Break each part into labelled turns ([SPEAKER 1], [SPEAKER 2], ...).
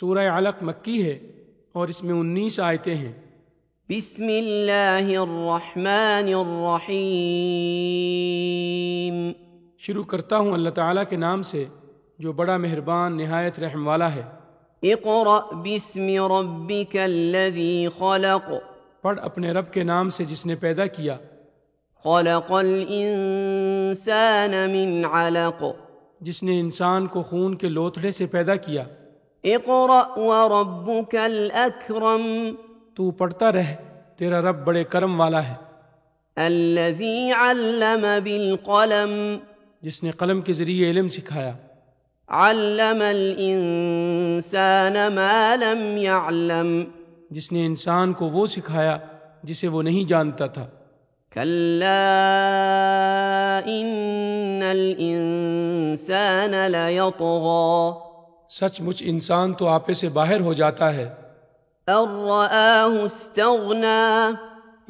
[SPEAKER 1] سورہ علق مکی ہے اور اس میں انیس آیتیں ہیں
[SPEAKER 2] بسم اللہ الرحمن الرحیم
[SPEAKER 1] شروع کرتا ہوں اللہ تعالیٰ کے نام سے جو بڑا مہربان نہایت رحم والا ہے
[SPEAKER 2] اقرأ باسم ربك الذي خلق
[SPEAKER 1] پڑھ اپنے رب کے نام سے جس نے پیدا کیا
[SPEAKER 2] خلق الإنسان من علق
[SPEAKER 1] جس نے انسان کو خون کے لوتھڑے سے پیدا کیا
[SPEAKER 2] اقرأ وربك الأكرم
[SPEAKER 1] تو پڑھتا رہ تیرا رب بڑے کرم والا ہے
[SPEAKER 2] الذي علم بالقلم
[SPEAKER 1] جس نے قلم کے ذریعے علم سکھایا
[SPEAKER 2] علم الإنسان ما لم يعلم
[SPEAKER 1] جس نے انسان کو وہ سکھایا جسے وہ نہیں جانتا تھا
[SPEAKER 2] كلا إن الإنسان ليطغى
[SPEAKER 1] سچ مچ انسان تو آپے سے باہر ہو جاتا ہے
[SPEAKER 2] أن رآه استغنى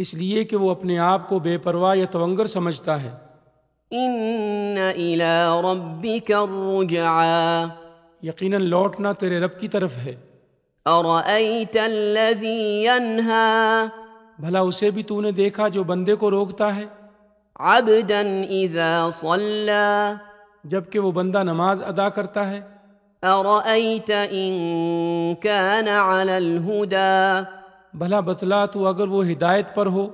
[SPEAKER 1] اس لیے کہ وہ اپنے آپ کو بے پرواہ یا تونگر سمجھتا ہے
[SPEAKER 2] إن إلى ربك الرجعى
[SPEAKER 1] یقیناً لوٹنا تیرے رب کی طرف ہے
[SPEAKER 2] أرأيت الذي ينهى
[SPEAKER 1] بھلا اسے بھی تو نے دیکھا جو بندے کو روکتا ہے
[SPEAKER 2] عبدا إذا صلى
[SPEAKER 1] جبکہ وہ بندہ نماز ادا کرتا ہے
[SPEAKER 2] أرأيت إن كان على الهدى
[SPEAKER 1] بھلا بتلا تو اگر وہ ہدایت پر ہو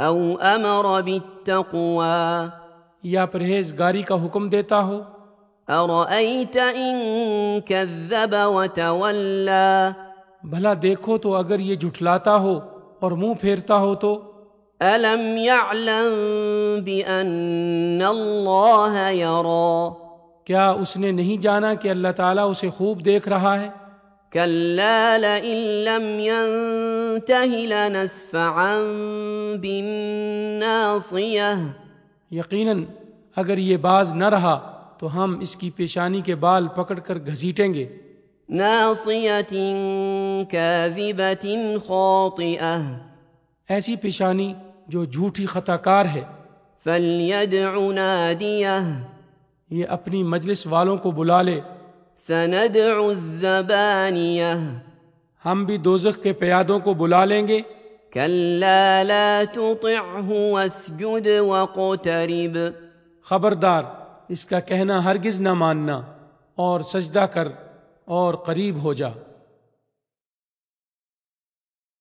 [SPEAKER 2] أو أمر بالتقوى
[SPEAKER 1] یا پرہیزگاری کا حکم دیتا ہو
[SPEAKER 2] أرأيت إن كذب وتولى
[SPEAKER 1] بھلا دیکھو تو اگر یہ جھٹلاتا ہو اور منہ پھیرتا ہو تو
[SPEAKER 2] ألم يعلم بأن الله يرى
[SPEAKER 1] کیا اس نے نہیں جانا کہ اللہ تعالیٰ اسے خوب دیکھ رہا ہے
[SPEAKER 2] كلا لئن لم ينته لنسفعا بالناصية
[SPEAKER 1] یقیناً اگر یہ باز نہ رہا تو ہم اس کی پیشانی کے بال پکڑ کر گھسیٹیں گے
[SPEAKER 2] ناصية كاذبة خاطئة
[SPEAKER 1] ایسی پیشانی جو جھوٹی خطا کار ہے
[SPEAKER 2] فليدع ناديه
[SPEAKER 1] یہ اپنی مجلس والوں کو بلا لے
[SPEAKER 2] سندع الزبانيه
[SPEAKER 1] ہم بھی دوزخ کے پیادوں کو بلا لیں گے
[SPEAKER 2] كلا لا تطعه واسجد واقترب
[SPEAKER 1] خبردار اس کا کہنا ہرگز نہ ماننا اور سجدہ کر اور قریب ہو جا